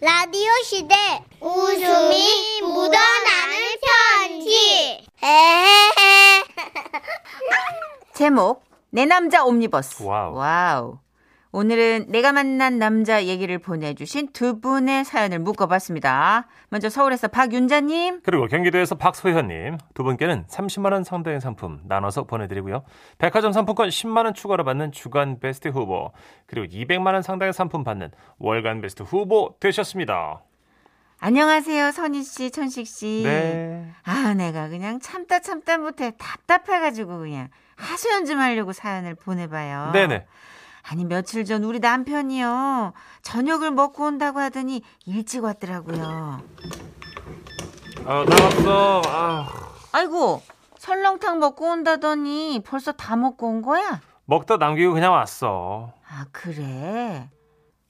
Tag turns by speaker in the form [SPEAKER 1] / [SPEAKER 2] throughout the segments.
[SPEAKER 1] 라디오 시대 웃음이 묻어나는 편지 에헤헤
[SPEAKER 2] 제목 내 남자 옴니버스.
[SPEAKER 3] 와우.
[SPEAKER 2] 와우. 오늘은 내가 만난 남자 얘기를 보내주신 두 분의 사연을 묶어봤습니다. 먼저 서울에서 박윤자님.
[SPEAKER 3] 그리고 경기도에서 박소현님 두 분께는 30만 원 상당의 상품 나눠서 보내드리고요. 백화점 상품권 10만 원 추가로 받는 주간 베스트 후보 그리고 200만 원 상당의 상품 받는 월간 베스트 후보 되셨습니다.
[SPEAKER 2] 안녕하세요, 선희 씨, 천식 씨.
[SPEAKER 3] 네.
[SPEAKER 2] 아, 내가 그냥 참다 참다 못해 답답해가지고 그냥 하소연 좀 하려고 사연을 보내봐요.
[SPEAKER 3] 네네.
[SPEAKER 2] 아니 며칠 전 우리 남편이요 저녁을 먹고 온다고 하더니 일찍 왔더라고요.
[SPEAKER 3] 아 나왔어. 아.
[SPEAKER 2] 아이고 설렁탕 먹고 온다더니 벌써 다 먹고 온 거야?
[SPEAKER 3] 먹다 남기고 그냥 왔어.
[SPEAKER 2] 아 그래?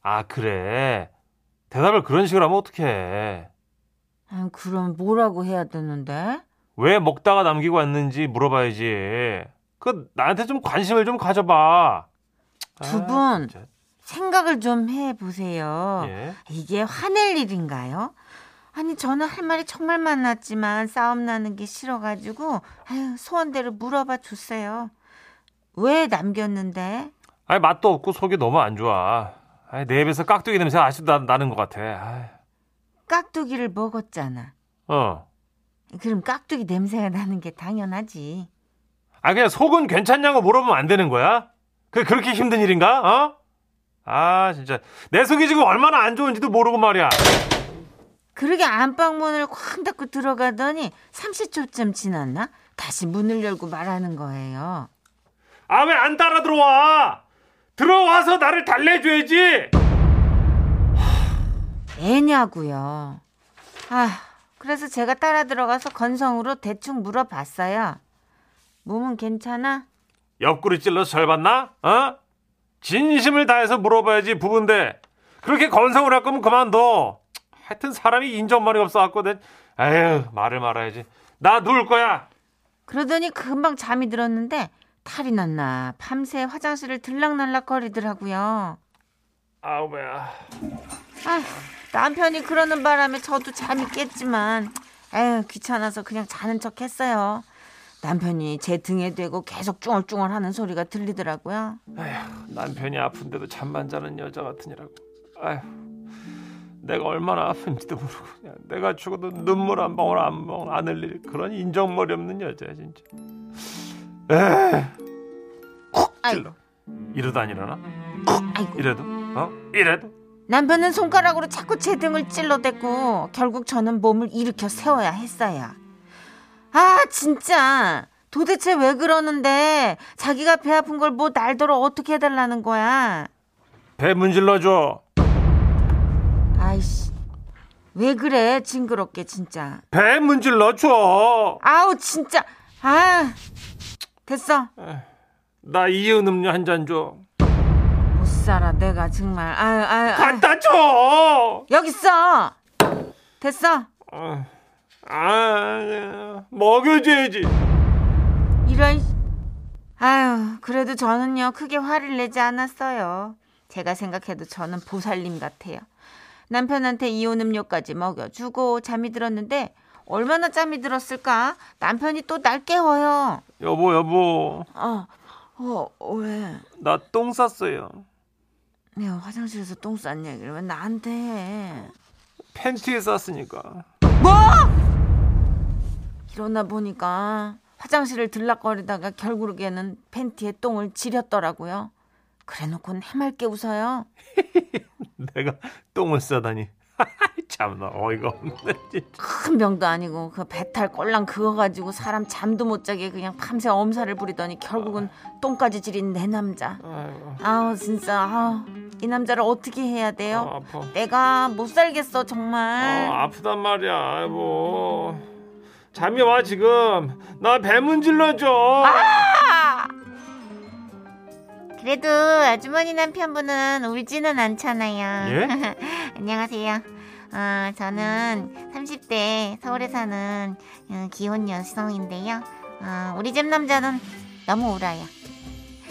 [SPEAKER 3] 아 그래. 대답을 그런 식으로 하면 어떡해.
[SPEAKER 2] 아, 그럼 뭐라고 해야 되는데?
[SPEAKER 3] 왜 먹다가 남기고 왔는지 물어봐야지. 그 나한테 좀 관심을 좀 가져봐.
[SPEAKER 2] 두
[SPEAKER 3] 아,
[SPEAKER 2] 분.
[SPEAKER 3] 진짜.
[SPEAKER 2] 생각을 좀 해보세요.
[SPEAKER 3] 예.
[SPEAKER 2] 이게 화낼 일인가요? 아니 저는 할 말이 정말 많았지만 싸움 나는 게 싫어가지고 아유, 소원대로 물어봐 주세요. 왜 남겼는데?
[SPEAKER 3] 아니 맛도 없고 속이 너무 안 좋아. 아니 내 입에서 깍두기 냄새 아직도 나, 는것 같아. 아이,
[SPEAKER 2] 깍두기를 먹었잖아.
[SPEAKER 3] 어.
[SPEAKER 2] 그럼 깍두기 냄새가 나는 게 당연하지.
[SPEAKER 3] 아 그냥 속은 괜찮냐고 물어보면 안 되는 거야? 그 그렇게 힘든 일인가? 어? 아 진짜 내 속이 지금 얼마나 안 좋은지도 모르고 말이야.
[SPEAKER 2] 그러게 안방문을 쾅 닫고 들어가더니 30초쯤 지났나? 다시 문을 열고 말하는 거예요.
[SPEAKER 3] 아 왜 안 따라 들어와? 들어와서 나를 달래줘야지.
[SPEAKER 2] 애냐고요. 아, 그래서 제가 따라 들어가서 건성으로 대충 물어봤어요. 몸은 괜찮아?
[SPEAKER 3] 옆구리 찔러서 절 받나? 어? 진심을 다해서 물어봐야지 부부인데 그렇게 건성을 할 거면 그만둬 하여튼 사람이 인정만이 없어갖고 내 에휴 말을 말아야지 나 누울 거야
[SPEAKER 2] 그러더니 금방 잠이 들었는데 탈이 났나 밤새 화장실을 들락날락 거리더라고요.
[SPEAKER 3] 아우 뭐야
[SPEAKER 2] 아휴, 남편이 그러는 바람에 저도 잠이 깼지만 에휴 귀찮아서 그냥 자는 척 했어요. 남편이 제 등에 대고 계속 쭈얼쭈얼 하는 소리가 들리더라고요.
[SPEAKER 3] 남편이 아픈데도 잠만 자는 여자 같으니라고 아휴 내가 얼마나 아픈지도 모르고 그냥 내가 죽어도 눈물 한 방울 안, 방울 안 흘릴 그런 인정머리 없는 여자야 진짜 에쿡
[SPEAKER 2] 아이.
[SPEAKER 3] 찔러 이러다 안 일어나?
[SPEAKER 2] 아이고.
[SPEAKER 3] 이래도? 어? 이래도?
[SPEAKER 2] 남편은 손가락으로 자꾸 제 등을 찔러댔고 결국 저는 몸을 일으켜 세워야 했어요. 아 진짜 도대체 왜 그러는데 자기가 배 아픈 걸 뭐 날더러 어떻게 해달라는 거야.
[SPEAKER 3] 배 문질러줘.
[SPEAKER 2] 아이씨 왜 그래 징그럽게 진짜.
[SPEAKER 3] 배 문질러줘.
[SPEAKER 2] 아우 진짜 아 됐어
[SPEAKER 3] 나 이온 음료 한 잔 줘.
[SPEAKER 2] 못 살아 내가 정말 아유 아유, 아유.
[SPEAKER 3] 갖다 줘.
[SPEAKER 2] 여기 있어 됐어
[SPEAKER 3] 아, 아, 먹여줘야지.
[SPEAKER 2] 이런 씨. 아유 그래도 저는요 크게 화를 내지 않았어요 제가 생각해도 저는 보살님 같아요 남편한테 이온 음료까지 먹여주고 잠이 들었는데 얼마나 잠이 들었을까 남편이 또 날 깨워요 어,
[SPEAKER 3] 여보, 여보,
[SPEAKER 2] 어어왜
[SPEAKER 3] 나 똥 쌌어요.
[SPEAKER 2] 내가 화장실에서 똥 싼 얘기를 왜 나한테 해
[SPEAKER 3] 팬티에 쌌으니까.
[SPEAKER 2] 뭐? 이러나 보니까 화장실을 들락거리다가 결국에는 팬티에 똥을 지렸더라고요. 그래놓고는 해맑게 웃어요.
[SPEAKER 3] 내가 똥을 싸다니. 참나 어이가 없네 진짜.
[SPEAKER 2] 큰 병도 아니고 그 배탈 꼴랑 그거 가지고 사람 잠도 못 자게 그냥 밤새 엄살을 부리더니 결국은 똥까지 지린 내 남자.
[SPEAKER 3] 아이고,
[SPEAKER 2] 아우 진짜 아우 이 남자를 어떻게 해야
[SPEAKER 3] 아,
[SPEAKER 2] 돼요?
[SPEAKER 3] 아파.
[SPEAKER 2] 내가 못 살겠어 정말.
[SPEAKER 3] 아, 아프단 말이야. 여보. 잠이 와 지금. 나 배 문질러줘.
[SPEAKER 1] 그래도 아주머니 남편분은 울지는 않잖아요
[SPEAKER 3] 예?
[SPEAKER 1] 안녕하세요 아, 저는 30대 서울에 사는 어, 기혼 여성인데요 아, 우리 집 남자는 너무 울어요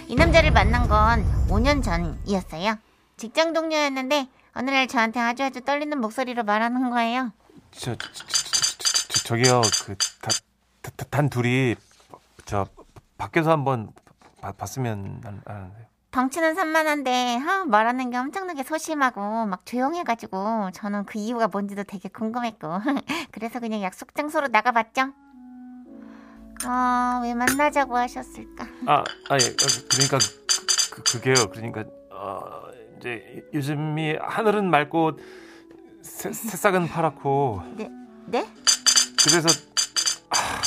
[SPEAKER 1] 이 남자를 만난 건 5년 전이었어요 직장 동료였는데
[SPEAKER 2] 오늘날 저한테 아주 아주 떨리는 목소리로 말하는 거예요.
[SPEAKER 3] 저, 저, 저, 저, 저, 기요 그, 그단 둘이 저 밖에서 한번 봐- 봤으면 하는- 하는데요.
[SPEAKER 2] 덩치는 산만한데 아, 말하는 게 엄청나게 소심하고 막 조용해가지고 저는 그 이유가 뭔지도 되게 궁금했고 그래서 그냥 약속 장소로 나가봤죠. 어, 아왜 만나자고 하셨을까?
[SPEAKER 3] 아, 아니 그러니까 그, 그, 게요 그러니까 어, 이제 요즘이 하늘은 맑고 새, 새싹은 파랗고
[SPEAKER 2] 네?
[SPEAKER 3] 그래서 아,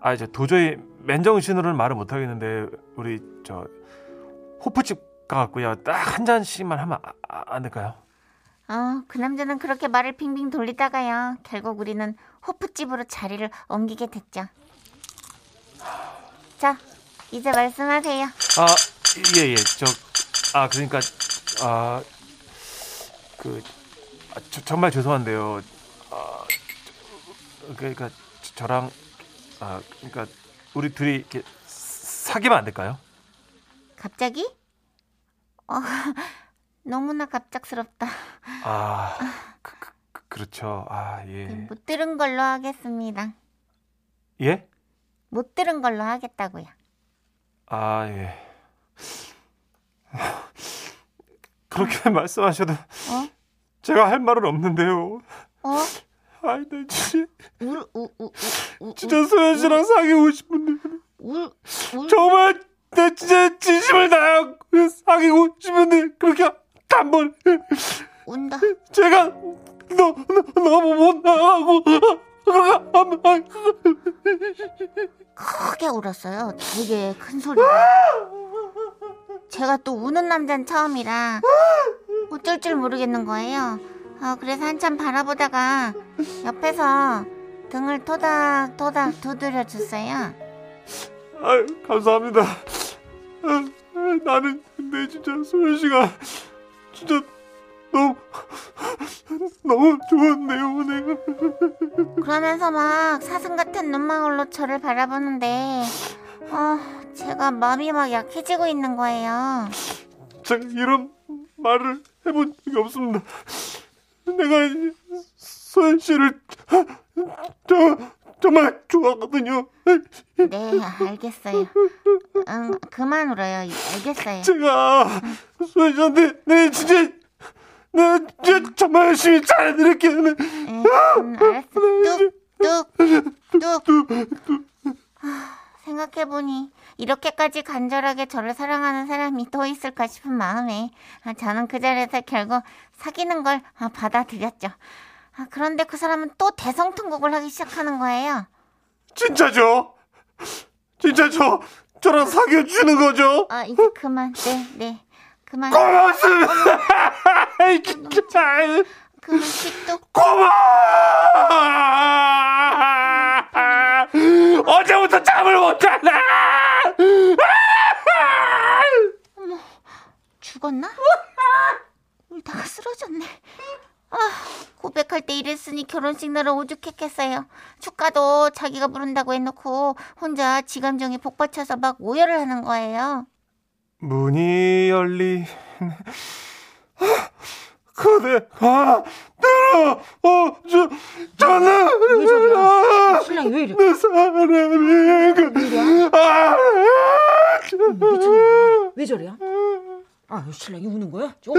[SPEAKER 3] 아 이제 도저히 맨정신으로는 말을 못 하겠는데 우리 저 호프집 가갖고요 딱 한 잔씩만 하면 아- 아- 안 될까요?
[SPEAKER 2] 어, 그 남자는 그렇게 말을 빙빙 돌리다가요. 결국 우리는 호프집으로 자리를 옮기게 됐죠. 자, 이제 말씀하세요.
[SPEAKER 3] 아, 예, 예. 저, 아, 그러니까, 아, 그, 아, 저- 정말 죄송한데요. 아, 저, 그러니까, 저- 저랑, 아, 그러니까, 우리 둘이 이렇게 사귀면 안 될까요?
[SPEAKER 2] 갑자기? 어, 너무나 갑작스럽다.
[SPEAKER 3] 아, 그, 그, 그- 그렇죠. 아, 예.
[SPEAKER 2] 못 들은 걸로 하겠습니다.
[SPEAKER 3] 예?
[SPEAKER 2] 못 들은 걸로 하겠다고요.
[SPEAKER 3] 아, 예.
[SPEAKER 2] 아.
[SPEAKER 3] 그렇게 말씀하셔도 제가 할 말은 없는데요.
[SPEAKER 2] 어?
[SPEAKER 3] 아이, 나 진짜,
[SPEAKER 2] 울, 우, 우, 우, 우,
[SPEAKER 3] 진짜 소연 씨랑 사귀고 싶은데.
[SPEAKER 2] 울, 울.
[SPEAKER 3] 정말 나 진짜 진심을 다하고 사귀고 싶은데 그렇게 단번
[SPEAKER 2] 운다.
[SPEAKER 3] 제가 너, 너 너무 못나가고
[SPEAKER 2] 크게 울었어요. 되게 큰 소리로. 제가 또 우는 남자는 처음이라 어쩔 줄 모르겠는 거예요. 어, 그래서 한참 바라보다가 옆에서 등을 토닥토닥 두드려 줬어요.
[SPEAKER 3] 아유 감사합니다 아, 아, 나는 근데 진짜 소연 씨가 진짜 너무 너무 좋은데요 오늘
[SPEAKER 2] 그러면서 막 사슴 같은 눈망울로 저를 바라보는데, 어, 제가 마음이 막 약해지고 있는 거예요.
[SPEAKER 3] 제가 이런 말을 해본 적이 없습니다 내가 이 소연 씨를 저, 정말 좋아하거든요
[SPEAKER 2] 네, 알겠어요. 응, 그만 울어요. 예, 알겠어요.
[SPEAKER 3] 제가 소연 씨한테 내 진짜 내 진짜 정말 열심히 잘해드릴게요. 네.
[SPEAKER 2] 응, 응, 예, 음, 알았어. 뚝, 뚝, 뚝. 아, 생각해보니 이렇게까지 간절하게 저를 사랑하는 사람이 또 있을까 싶은 마음에 아, 저는 그 자리에서 결국 사귀는 걸 아, 받아들였죠. 아, 그런데 그 사람은 또 대성통곡을 하기 시작하는 거예요.
[SPEAKER 3] 진짜죠? 진짜 저 저랑 사귀어 주는 거죠?
[SPEAKER 2] 아, 이제 그만. 네, 네. 그만,
[SPEAKER 3] 고맙습니다. 아이, 진짜 아이,
[SPEAKER 2] 그만, 틱톡.
[SPEAKER 3] 고마워. 어제부터 잠을 못 자나?
[SPEAKER 2] 죽었나? 울다가 쓰러졌네. 아, 고백할 때 이랬으니 결혼식 날은 오죽했겠어요. 축가도 자기가 부른다고 해놓고 혼자 지감정에 복받쳐서 막 오열을 하는 거예요.
[SPEAKER 3] 문이 열리. 그대가 들어오죠. 저는
[SPEAKER 4] 신랑이 왜 이래?
[SPEAKER 3] 내 사람이 그 아,
[SPEAKER 4] 왜 저래요? 아, 신랑이 우는 거야? 저,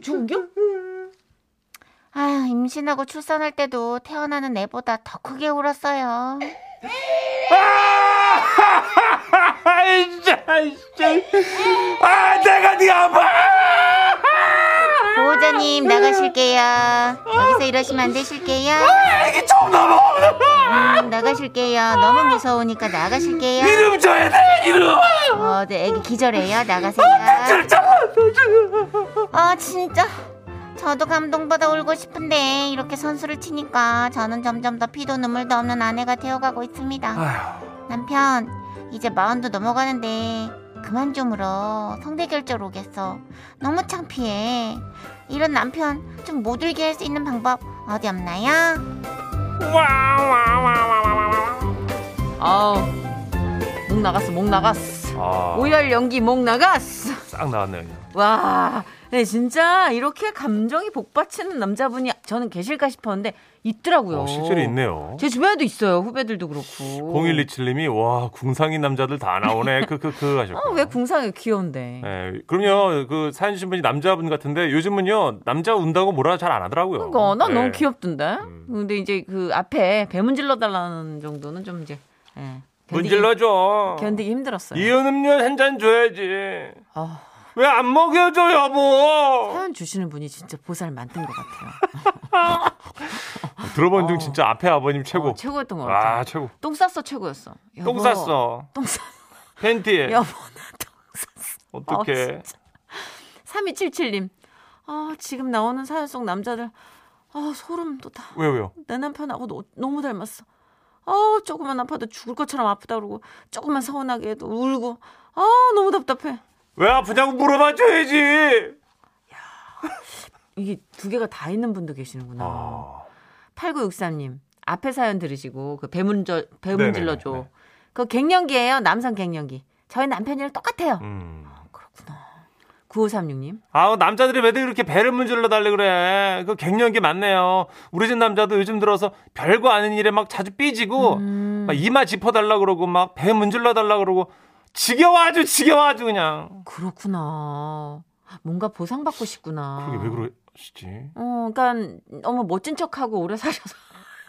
[SPEAKER 4] 좋은겨?
[SPEAKER 2] 아휴, 임신하고 출산할 때도 태어나는 애보다 더 크게 울었어요.
[SPEAKER 3] 아, 진짜, 진짜. 아, 내가 네 아빠.
[SPEAKER 2] 보호자님, 나가실게요. 여기서 이러시면 안 되실게요.
[SPEAKER 3] 애기 처음 넘어.
[SPEAKER 2] 음, 나가실게요. 너무 무서우니까 나가실게요.
[SPEAKER 3] 이름 줘야 돼, 이름.
[SPEAKER 2] 어, 네, 애기 기절해요. 나가세요.
[SPEAKER 3] 잠깐만.
[SPEAKER 2] 아, 진짜. 저도 감동받아 울고 싶은데 이렇게 선수를 치니까 저는 점점 더 피도 눈물도 없는 아내가 되어가고 있습니다.
[SPEAKER 3] 아휴,
[SPEAKER 2] 남편, 이제 마흔도 넘어가는데 그만 좀 울어. 성대결절 오겠어. 너무 창피해. 이런 남편 좀 못 울게 할 수 있는 방법 어디 없나요?
[SPEAKER 4] 아우, 목 나갔어, 목 나갔어.
[SPEAKER 3] 아,
[SPEAKER 4] 오열 연기 목 나갔어.
[SPEAKER 3] 싹 나왔네요.
[SPEAKER 4] 와, 네, 진짜 이렇게 감정이 복받치는 남자분이 저는 계실까 싶었는데 있더라고요.
[SPEAKER 3] 어, 실제로 있네요.
[SPEAKER 4] 제 주변에도 있어요. 후배들도 그렇고.
[SPEAKER 3] 0127님이 와 궁상인 남자들 다 나오네 크크크 하셨고.
[SPEAKER 4] 어, 왜 궁상이 귀여운데.
[SPEAKER 3] 예, 그럼요. 그 사연 주신 분이 남자분 같은데 요즘은요 남자 운다고 뭐라 잘 안 하더라고요.
[SPEAKER 4] 그러니까 난
[SPEAKER 3] 예.
[SPEAKER 4] 너무 귀엽던데.
[SPEAKER 3] 음.
[SPEAKER 4] 근데 이제 그 앞에 배문질러 달라는 정도는 좀 이제 예. 견디기-
[SPEAKER 3] 문질러줘.
[SPEAKER 4] 견디기 힘들었어요.
[SPEAKER 3] 이온 음료 한 잔 줘야지.
[SPEAKER 4] 아,
[SPEAKER 3] 왜 안 먹여줘 여보?
[SPEAKER 4] 사연 주시는 분이 진짜 보살 만든 것 같아요.
[SPEAKER 3] 아, 들어본 중 진짜 앞에 아버님 최고.
[SPEAKER 4] 어, 최고였던 것 같아요.
[SPEAKER 3] 아 최고.
[SPEAKER 4] 똥 쌌어 최고였어. 여보,
[SPEAKER 3] 똥 쌌어.
[SPEAKER 4] 똥 쌌어.
[SPEAKER 3] 팬티에.
[SPEAKER 4] 여보 나똥 아,
[SPEAKER 3] 어떡해.
[SPEAKER 4] 3277님. 아, 지금 나오는 사연 속 남자들. 아, 소름 돋아.
[SPEAKER 3] 왜요 왜요?
[SPEAKER 4] 내 남편하고 너, 너무 닮았어. 아, 조금만 아파도 죽을 것처럼 아프다 그러고 조금만 서운하게 해도 울고. 아, 너무 답답해.
[SPEAKER 3] 왜 아프냐고 물어봐 줘야지.
[SPEAKER 4] 이게 두 개가 다 있는 분도 계시는구나.
[SPEAKER 3] 아.
[SPEAKER 4] 8963님. 앞에 사연 들으시고 그 배문져 배문질러 줘.
[SPEAKER 3] 네네네.
[SPEAKER 4] 그 갱년기예요. 남성 갱년기. 저희 남편이랑 똑같아요.
[SPEAKER 3] 음.
[SPEAKER 4] 그렇구나. 9536님.
[SPEAKER 3] 아우 남자들이 왜들 이렇게 배를 문질러 달래 그래 그 갱년기 많네요 우리 집 남자도 요즘 들어서 별거 아닌 일에 막 자주 삐지고
[SPEAKER 4] 음.
[SPEAKER 3] 막 이마 짚어 달라 그러고 막 배 문질러 달라 그러고 지겨워 아주 지겨워 아주 그냥
[SPEAKER 4] 그렇구나. 뭔가 보상받고 싶구나.
[SPEAKER 3] 그게 왜 그러시지
[SPEAKER 4] 어, 그러니까 너무 멋진 척하고 오래 사셔서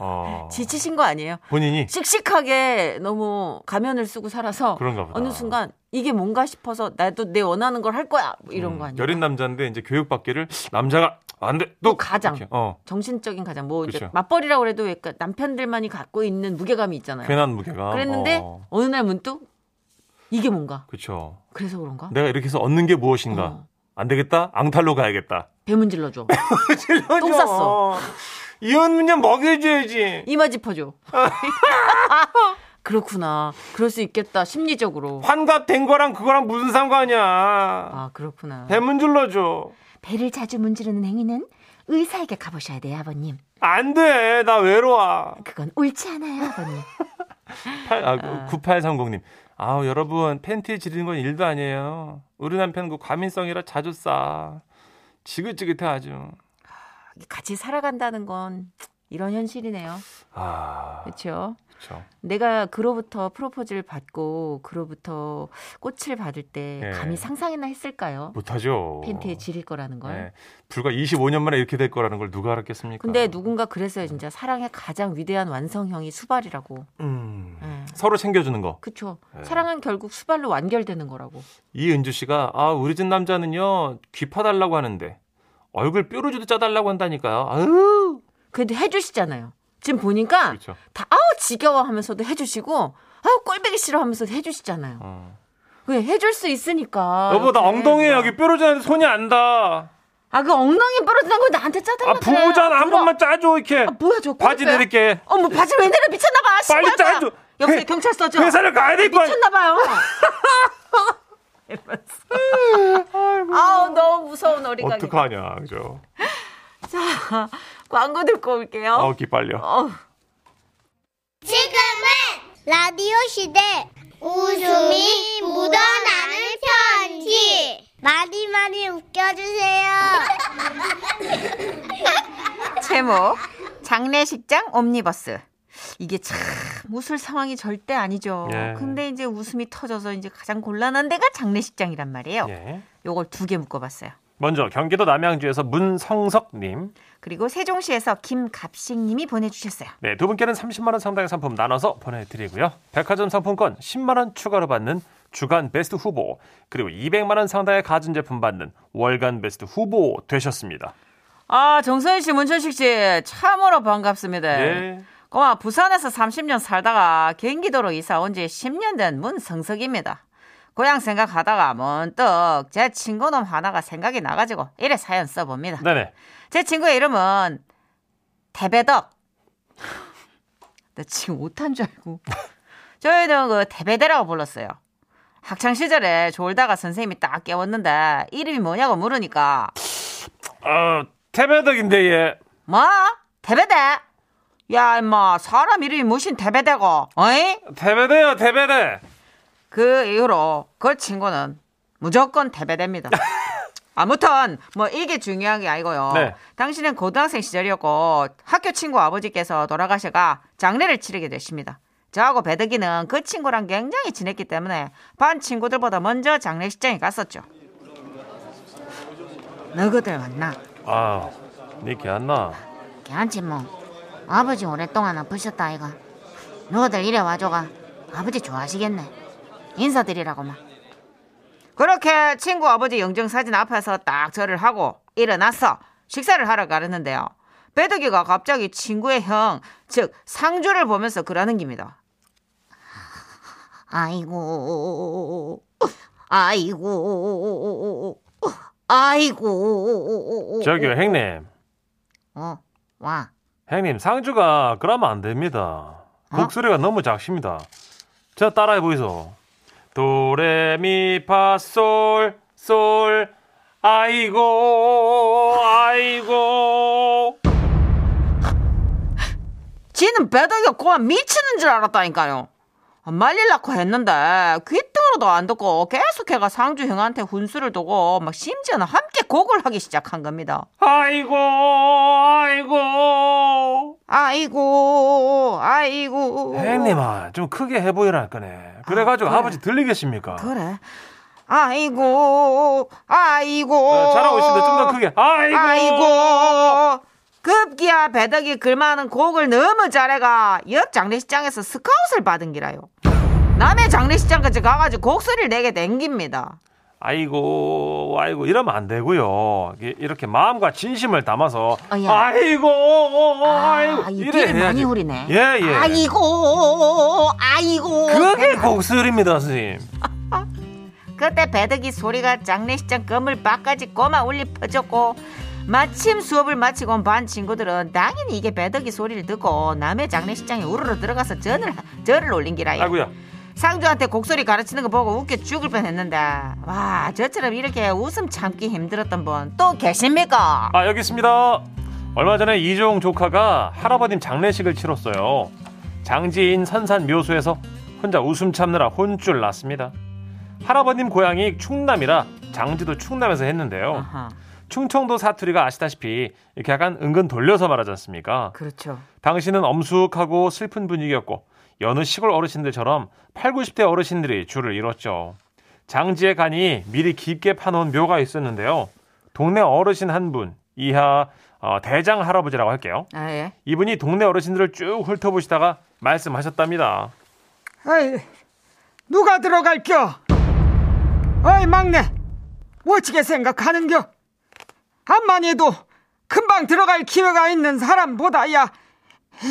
[SPEAKER 3] 어,
[SPEAKER 4] 지치신 거 아니에요?
[SPEAKER 3] 본인이
[SPEAKER 4] 씩씩하게 너무 가면을 쓰고 살아서
[SPEAKER 3] 그런가 보다.
[SPEAKER 4] 어느 순간 이게 뭔가 싶어서 나도 내 원하는 걸 할 거야 뭐 이런
[SPEAKER 3] 음,
[SPEAKER 4] 거 아니에요?
[SPEAKER 3] 여린 남자인데 이제 교육받기를 남자가
[SPEAKER 4] 또
[SPEAKER 3] 안돼또
[SPEAKER 4] 가장.
[SPEAKER 3] 어
[SPEAKER 4] 정신적인 가장 뭐 이제
[SPEAKER 3] 그쵸.
[SPEAKER 4] 맞벌이라고 해도 약간 남편들만이 갖고 있는 무게감이 있잖아요.
[SPEAKER 3] 괜한 무게가
[SPEAKER 4] 네. 그랬는데
[SPEAKER 3] 어,
[SPEAKER 4] 어. 느날 문득 이게 뭔가
[SPEAKER 3] 그쵸
[SPEAKER 4] 그래서 그런가?
[SPEAKER 3] 내가 이렇게 해서 얻는 게 무엇인가
[SPEAKER 4] 어.
[SPEAKER 3] 안 되겠다 앙탈로 가야겠다
[SPEAKER 4] 배문질러 줘.
[SPEAKER 3] 똥
[SPEAKER 4] 쌌어.
[SPEAKER 3] 이혼 문제 먹여줘야지.
[SPEAKER 4] 이마 짚어줘. 그렇구나. 그럴 수 있겠다. 심리적으로.
[SPEAKER 3] 환갑된 거랑 그거랑 무슨 상관이야.
[SPEAKER 4] 아 그렇구나.
[SPEAKER 3] 대문질러줘.
[SPEAKER 4] 배를 자주 문지르는 행위는 의사에게 가보셔야 돼요, 아버님.
[SPEAKER 3] 안 돼. 나 외로워.
[SPEAKER 4] 그건 옳지 않아요, 아버님.
[SPEAKER 3] 8, 아, 9830님. 아우, 여러분, 팬티에 지르는 건 일도 아니에요. 우리 남편 그 과민성이라 자주 싸. 지긋지긋해 아주.
[SPEAKER 4] 같이 살아간다는 건 이런 현실이네요.
[SPEAKER 3] 아,
[SPEAKER 4] 그렇죠?
[SPEAKER 3] 그쵸.
[SPEAKER 4] 내가 그로부터 프로포즈를 받고 그로부터 꽃을 받을 때
[SPEAKER 3] 예.
[SPEAKER 4] 감히 상상이나 했을까요?
[SPEAKER 3] 못하죠.
[SPEAKER 4] 팬티에 지릴 거라는 걸.
[SPEAKER 3] 네. 불과 25년 만에 이렇게 될 거라는 걸 누가 알았겠습니까?
[SPEAKER 4] 근데 누군가 그랬어요, 진짜. 사랑의 가장 위대한 완성형이 수발이라고.
[SPEAKER 3] 음,
[SPEAKER 4] 예.
[SPEAKER 3] 서로 챙겨주는 거.
[SPEAKER 4] 그쵸.
[SPEAKER 3] 예.
[SPEAKER 4] 사랑은 결국 수발로 완결되는 거라고.
[SPEAKER 3] 이은주 씨가 아 우리 집 남자는요 귀 파달라고 하는데 얼굴 뾰루지도 짜달라고 한다니까요. 아유.
[SPEAKER 4] 그래도 해주시잖아요. 지금 보니까
[SPEAKER 3] 그렇죠.
[SPEAKER 4] 다 아우 지겨워 하면서도 해주시고 아우 꼴보기 싫어 하면서도 해주시잖아요.
[SPEAKER 3] 어.
[SPEAKER 4] 그냥 해줄 수 있으니까.
[SPEAKER 3] 여보 나
[SPEAKER 4] 이렇게.
[SPEAKER 3] 엉덩이에 여기 뾰루지는데 손이 안다.
[SPEAKER 4] 아 그 엉덩이 부러지는 걸 나한테 짜달라.
[SPEAKER 3] 아 부모잖아 한 번만 짜줘 이렇게
[SPEAKER 4] 네, 아 뭐야 저
[SPEAKER 3] 바지
[SPEAKER 4] 꼴배야?
[SPEAKER 3] 내릴게.
[SPEAKER 4] 어머 바지 왜 내려 미쳤나봐. 아,
[SPEAKER 3] 빨리 짜줘.
[SPEAKER 4] 옆에
[SPEAKER 3] 회-
[SPEAKER 4] 경찰서죠.
[SPEAKER 3] 회사를 가야 될 거야.
[SPEAKER 4] 미쳤나봐요. 이러면서. 아우 너무 무서운 어리가.
[SPEAKER 3] 어떡하냐 그죠?
[SPEAKER 4] 자 광고 듣고 올게요.
[SPEAKER 3] 아우 귀 빨려.
[SPEAKER 4] 어? 어우.
[SPEAKER 1] 지금은 라디오 시대 웃음이 묻어나는 편지 많이 많이 웃겨주세요
[SPEAKER 4] 제목 장례식장 옴니버스 이게 참 웃을 상황이 절대 아니죠.
[SPEAKER 3] 예.
[SPEAKER 4] 근데 이제 웃음이 터져서 이제 가장 곤란한 데가 장례식장이란 말이에요.
[SPEAKER 3] 예.
[SPEAKER 4] 요걸 두 개 묶어봤어요.
[SPEAKER 3] 먼저 경기도 남양주에서 문성석님,
[SPEAKER 4] 그리고 세종시에서 김갑식님이 보내주셨어요.
[SPEAKER 3] 네 두 분께는 30만 원 상당의 상품 나눠서 보내드리고요. 백화점 상품권 10만 원 추가로 받는 주간 베스트 후보 그리고 200만 원 상당의 가전 제품 받는 월간 베스트 후보 되셨습니다.
[SPEAKER 4] 아 정선희 씨, 문천식 씨 참으로 반갑습니다.
[SPEAKER 3] 예.
[SPEAKER 4] 고마 부산에서 30년 살다가 경기도로 이사 온 지 10년 된 문성석입니다. 고향 생각하다가 문득 제 친구놈 하나가 생각이 나가지고 이래 사연 써봅니다.
[SPEAKER 3] 네네.
[SPEAKER 4] 제 친구의 이름은 대배덕. 나 지금 못한 줄 알고. 저희는 그 대배대라고 불렀어요. 학창 시절에 졸다가 선생님이 딱 깨웠는데 이름이 뭐냐고 물으니까
[SPEAKER 3] 어, 태배덕인데 예.
[SPEAKER 4] 뭐 대배대? 야 임마 사람 이름이 무슨 대배대고? 어이?
[SPEAKER 3] 태배대요, 태배대.
[SPEAKER 4] 그 이후로 그 친구는 무조건 대배대입니다. 아무튼 뭐 이게 중요한 게 아니고요.
[SPEAKER 3] 네.
[SPEAKER 4] 당신은 고등학생 시절이었고 학교 친구 아버지께서 돌아가셔가 장례를 치르게 되십니다. 저하고 배덕이는 그 친구랑 굉장히 친했기 때문에 반 친구들보다 먼저 장례식장에 갔었죠. 너희들 왔나?
[SPEAKER 3] 아, 니걔 안나.
[SPEAKER 2] 괜찮지 뭐. 아버지 오랫동안 아프셨다 아이가. 너희들 이래 와줘가 아버지 좋아하시겠네. 인사드리라고만.
[SPEAKER 4] 그렇게 친구 아버지 영정 사진 앞에서 딱 절을 하고 일어나서 식사를 하러 가려는데요. 배덕이가 갑자기 친구의 형, 즉 상주를 보면서 그러는 깁니다.
[SPEAKER 2] 아이고, 아이고, 아이고.
[SPEAKER 3] 저기요, 행님.
[SPEAKER 2] 어, 와.
[SPEAKER 3] 행님, 상주가 그러면 안 됩니다. 목소리가 너무 작습니다. 저 따라해 보이소. 도레미파솔 솔 아이고 아이고
[SPEAKER 4] 지는 배덕이가 그만 미치는 줄 알았다니까요. 아, 말릴라고 했는데 귀등으로도 안 듣고 계속 해가 상주 형한테 훈수를 두고 막 심지어는 함께 곡을 하기 시작한 겁니다.
[SPEAKER 3] 아이고 아이고
[SPEAKER 4] 아이고 아이고
[SPEAKER 3] 네, 행님아 좀 크게 해보이라 거네 그래가지고 아, 버지 들리겠습니까
[SPEAKER 4] 그래 아이고 아이고
[SPEAKER 3] 어, 잘하고 있습니다 좀 더 크게 아이고
[SPEAKER 4] 아이고 급기야 배덕이 글만은 곡을 너무 잘해가 옆 장례식장에서 스카웃을 받은 기라요 남의 장례식장까지 가가지고 곡소리를 내게 댕깁니다
[SPEAKER 3] 아이고 아이고 이러면 안 되고요 이- 이렇게 마음과 진심을 담아서
[SPEAKER 2] 어, 야.
[SPEAKER 3] 아이고 아이고
[SPEAKER 2] 아, 이
[SPEAKER 3] 이래
[SPEAKER 2] 띠를 많이
[SPEAKER 3] 해야지.
[SPEAKER 2] 흐리네.
[SPEAKER 3] 예, 예.
[SPEAKER 4] 어,
[SPEAKER 2] 아이고, 아이고.
[SPEAKER 3] 그게 곡술입니다 선생님
[SPEAKER 4] 그때 배덕이 소리가 장례식장 건물 밖까지 꼬마 울리 퍼졌고 마침 수업을 마치고 온 반 친구들은 당연히 이게 배덕이 소리를 듣고 남의 장례식장에 우르르 들어가서 전을, 절을 올린 기라요
[SPEAKER 3] 아이고야
[SPEAKER 4] 상주한테 곡소리 가르치는 거 보고 웃겨 죽을 뻔했는데 와 저처럼 이렇게 웃음 참기 힘들었던 분 또 계십니까?
[SPEAKER 3] 아 여기 있습니다. 얼마 전에 이종 조카가 할아버님 장례식을 치렀어요. 장지인 선산 묘소에서 혼자 웃음 참느라 혼쭐 났습니다. 할아버님 고향이 충남이라 장지도 충남에서 했는데요.
[SPEAKER 4] 아하,
[SPEAKER 3] 충청도 사투리가 아시다시피 이렇게 약간 은근 돌려서 말하지 않습니까?
[SPEAKER 4] 그렇죠.
[SPEAKER 3] 당시는 엄숙하고 슬픈 분위기였고 여느 시골 어르신들처럼 8, 90대 어르신들이 줄을 이뤘죠. 장지에 가니 미리 깊게 파놓은 묘가 있었는데요. 동네 어르신 한 분, 이하 어, 대장 할아버지라고 할게요.
[SPEAKER 4] 아 예.
[SPEAKER 3] 이분이 동네 어르신들을 쭉 훑어보시다가 말씀하셨답니다.
[SPEAKER 5] 어이, 누가 들어갈겨? 어이, 막내, 멋지게 생각하는겨? 암만 해도 금방 들어갈 기회가 있는 사람보다야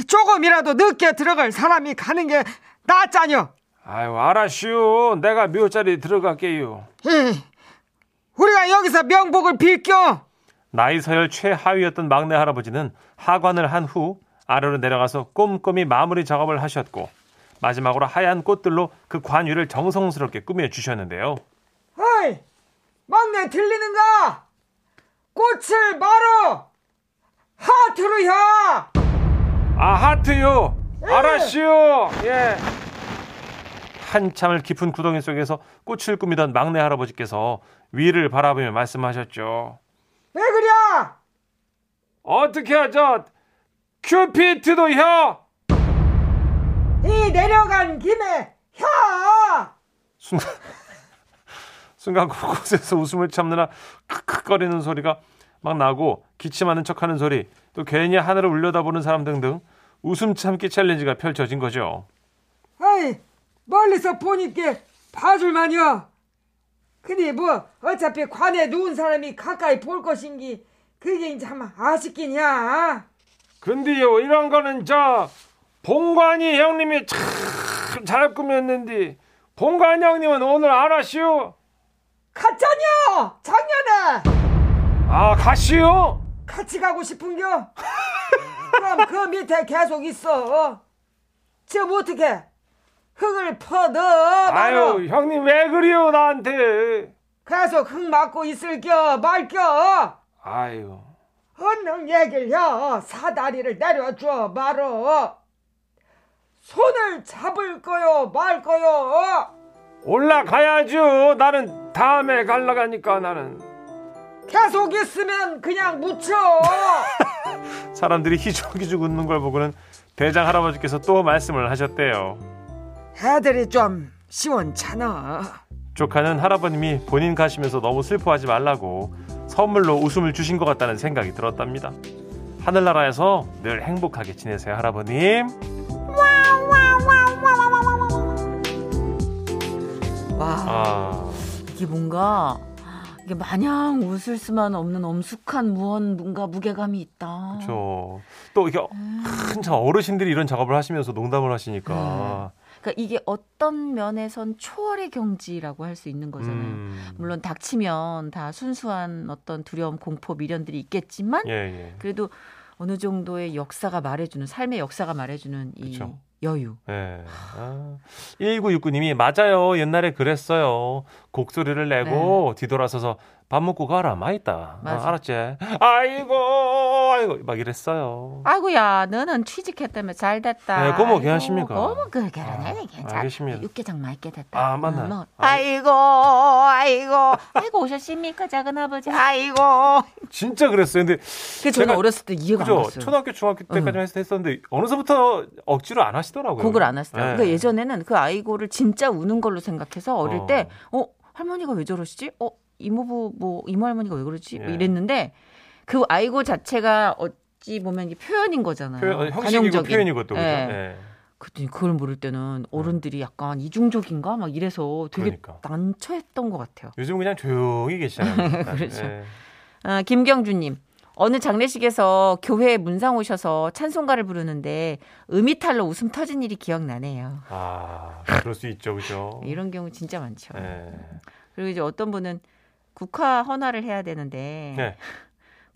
[SPEAKER 5] 조금이라도 늦게 들어갈 사람이 가는 게 낫잖여.
[SPEAKER 3] 아유, 알았슈. 내가 묘자리 들어갈게요.
[SPEAKER 5] 에이, 우리가 여기서 명복을 빌겨.
[SPEAKER 3] 나이 서열 최하위였던 막내 할아버지는 하관을 한 후 아래로 내려가서 꼼꼼히 마무리 작업을 하셨고 마지막으로 하얀 꽃들로 그 관유를 정성스럽게 꾸며 주셨는데요.
[SPEAKER 5] 어이, 막내 들리는가? 꽃을 바로 하트로 야!
[SPEAKER 3] 아 하트요. 알았슈요. 예. 한참을 깊은 구덩이 속에서 꽃을 꾸미던 막내 할아버지께서 위를 바라보며 말씀하셨죠.
[SPEAKER 5] 왜 그래?
[SPEAKER 3] 어떻게 하죠? 큐피트도 혀.
[SPEAKER 5] 이 내려간 김에 혀!
[SPEAKER 3] 순간 순간 곳곳에서 웃음을 참느라 크크거리는 소리가 막 나고 기침하는 척하는 소리 또 괜히 하늘을 울려다보는 사람 등등 웃음 참기 챌린지가 펼쳐진 거죠.
[SPEAKER 5] 아이 멀리서 보니까 봐줄만이야 근데 뭐 어차피 관에 누운 사람이 가까이 볼 것인기 그게 참 아쉽긴야
[SPEAKER 3] 근데요 이런 거는 저 봉관이 형님이 참 잘 꾸몄는데 봉관 형님은 오늘 안 하시오?
[SPEAKER 5] 갔잖여 작년에
[SPEAKER 3] 아 가시오?
[SPEAKER 5] 같이 가고 싶은겨 그럼 그 밑에 계속 있어 지금 어떻게 흙을 퍼넣어 말어
[SPEAKER 3] 형님 왜 그래요 나한테?
[SPEAKER 5] 계속 흙 막고 있을겨 말겨
[SPEAKER 3] 아유
[SPEAKER 5] 얼른 얘기를 해. 사다리를 내려줘 말어. 손을 잡을 거요 말 거요.
[SPEAKER 3] 올라가야죠 나는 다음에 갈라가니까 나는
[SPEAKER 5] 계속 있으면 그냥 묻혀.
[SPEAKER 3] 사람들이 희죽희죽 웃는 걸 보고는 대장 할아버지께서 또 말씀을 하셨대요.
[SPEAKER 5] 애들이 좀 시원찮아.
[SPEAKER 3] 조카는 할아버님이 본인 가시면서 너무 슬퍼하지 말라고 선물로 웃음을 주신 것 같다는 생각이 들었답니다. 하늘나라에서 늘 행복하게 지내세요, 할아버님.
[SPEAKER 4] 와
[SPEAKER 3] 아,
[SPEAKER 4] 이게 뭔가 이게 마냥 웃을 수만 없는 엄숙한 무언가 무게감이 있다.
[SPEAKER 3] 저, 또 이게
[SPEAKER 4] 음.
[SPEAKER 3] 한참 어르신들이 이런 작업을 하시면서 농담을 하시니까.
[SPEAKER 4] 그러니까 이게 어떤 면에선 초월의 경지라고 할 수 있는 거잖아요.
[SPEAKER 3] 음,
[SPEAKER 4] 물론 닥치면 다 순수한 어떤 두려움, 공포, 미련들이 있겠지만
[SPEAKER 3] 예, 예.
[SPEAKER 4] 그래도 어느 정도의 역사가 말해주는 삶의 역사가 말해주는 이
[SPEAKER 3] 그쵸.
[SPEAKER 4] 여유.
[SPEAKER 3] 네. 아, 1969님이 맞아요. 옛날에 그랬어요. 곡소리를 내고 뒤돌아서서 밥 먹고 가라. 맛있다. 아,
[SPEAKER 4] 네. 맞아.
[SPEAKER 3] 알았지? 아이고, 아이고 막 이랬어요.
[SPEAKER 4] 아이고야, 너는 취직했다며 잘 됐다.
[SPEAKER 3] 네, 고모 괜찮습니까?
[SPEAKER 4] 고모 그 계란이
[SPEAKER 3] 아,
[SPEAKER 4] 괜찮아.
[SPEAKER 3] 알겠습니다.
[SPEAKER 4] 육개장 맛있게 됐다.
[SPEAKER 3] 아, 맞나?
[SPEAKER 4] 뭐.
[SPEAKER 3] 아.
[SPEAKER 4] 아이고, 아이고, 아이고 오셨습니까, 작은 아버지? 아이고.
[SPEAKER 3] 진짜 그랬어요. 근데
[SPEAKER 4] 그 저는
[SPEAKER 3] 제가-
[SPEAKER 4] 어렸을 때 이해가 안
[SPEAKER 3] 그죠?
[SPEAKER 4] 갔어요.
[SPEAKER 3] 초등학교 중학교 때까지 했었는데 어느새부터 억지로 안 하시더라고요.
[SPEAKER 4] 곡을 안 했어요.
[SPEAKER 3] 네.
[SPEAKER 4] 그러니까 예전에는 그 아이고를 진짜 우는 걸로 생각해서 어릴
[SPEAKER 3] 어.
[SPEAKER 4] 때, 어, 할머니가 왜 저러시지? 어, 이모부, 뭐, 이모 할머니가 왜 그러지? 뭐
[SPEAKER 3] 예.
[SPEAKER 4] 이랬는데 그 아이고 자체가 어찌 보면 이게 표현인 거잖아요.
[SPEAKER 3] 표현, 어, 형식이고
[SPEAKER 4] 관용적인.
[SPEAKER 3] 표현이고 또 그죠?
[SPEAKER 4] 예.
[SPEAKER 3] 예.
[SPEAKER 4] 그랬더니 그걸 모를 때는 어른들이 약간 이중적인가? 막 이래서 되게
[SPEAKER 3] 그러니까.
[SPEAKER 4] 난처했던 것 같아요.
[SPEAKER 3] 요즘 그냥 조용히 계시잖아요.
[SPEAKER 4] 그렇죠.
[SPEAKER 3] 예.
[SPEAKER 4] 아, 김경주님. 어느 장례식에서 교회에 문상 오셔서 찬송가를 부르는데 음이탈로 웃음 터진 일이 기억나네요.
[SPEAKER 3] 아, 그럴 수 있죠, 그죠?
[SPEAKER 4] 이런 경우 진짜 많죠.
[SPEAKER 3] 예.
[SPEAKER 4] 그리고 이제 어떤 분은 국화 헌화를 해야 되는데
[SPEAKER 3] 네.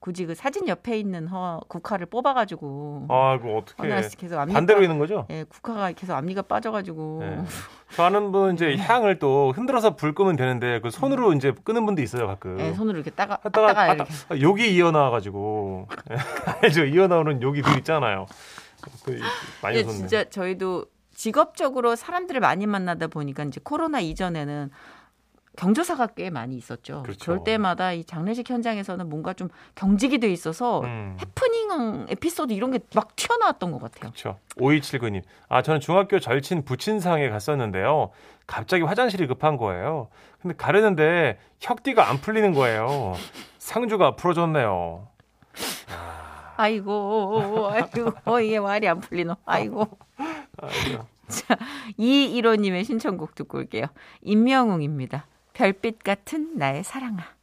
[SPEAKER 4] 굳이 그 사진 옆에 있는 허, 국화를 뽑아가지고
[SPEAKER 3] 아이고 어떻게 예.
[SPEAKER 4] 헌화를 계속 앞니
[SPEAKER 3] 반대로 있는 거죠?
[SPEAKER 4] 예, 국화가 계속 앞니가 빠져가지고
[SPEAKER 3] 네. 저 아는 분은
[SPEAKER 4] 음.
[SPEAKER 3] 이제 향을 또 흔들어서 불 끄면 되는데 그 손으로 이제 끄는 분도 있어요 가끔.
[SPEAKER 4] 예, 음. 손으로 이렇게 따가
[SPEAKER 3] 하다가
[SPEAKER 4] 따가
[SPEAKER 3] 아,
[SPEAKER 4] 이렇게
[SPEAKER 3] 아, 욕이 이어나와가지고 알죠? 이어나오는 욕이 그 있잖아요. 그 많이
[SPEAKER 4] 근데
[SPEAKER 3] 웃었네.
[SPEAKER 4] 진짜 저희도 직업적으로 사람들을 많이 만나다 보니까 이제 코로나 이전에는 경조사가 꽤 많이 있었죠.
[SPEAKER 3] 그렇죠.
[SPEAKER 4] 럴 때마다 이 장례식 현장에서는 뭔가 좀 경직이 돼 있어서
[SPEAKER 3] 음.
[SPEAKER 4] 해프닝 에피소드 이런 게 막 튀어나왔던 것 같아요.
[SPEAKER 3] 그렇죠. 5279님. 아, 저는 중학교 절친 부친상에 갔었는데요. 갑자기 화장실이 급한 거예요. 근데 가려는데 혁띠가 안 풀리는 거예요. 상주가 풀어줬네요.
[SPEAKER 4] 아이고, 아이고, 어, 이게 말이 안 풀리노. 아이고. 자, 이일호님의 신청곡 듣고 올게요. 임명웅입니다. 별빛 같은 나의 사랑아.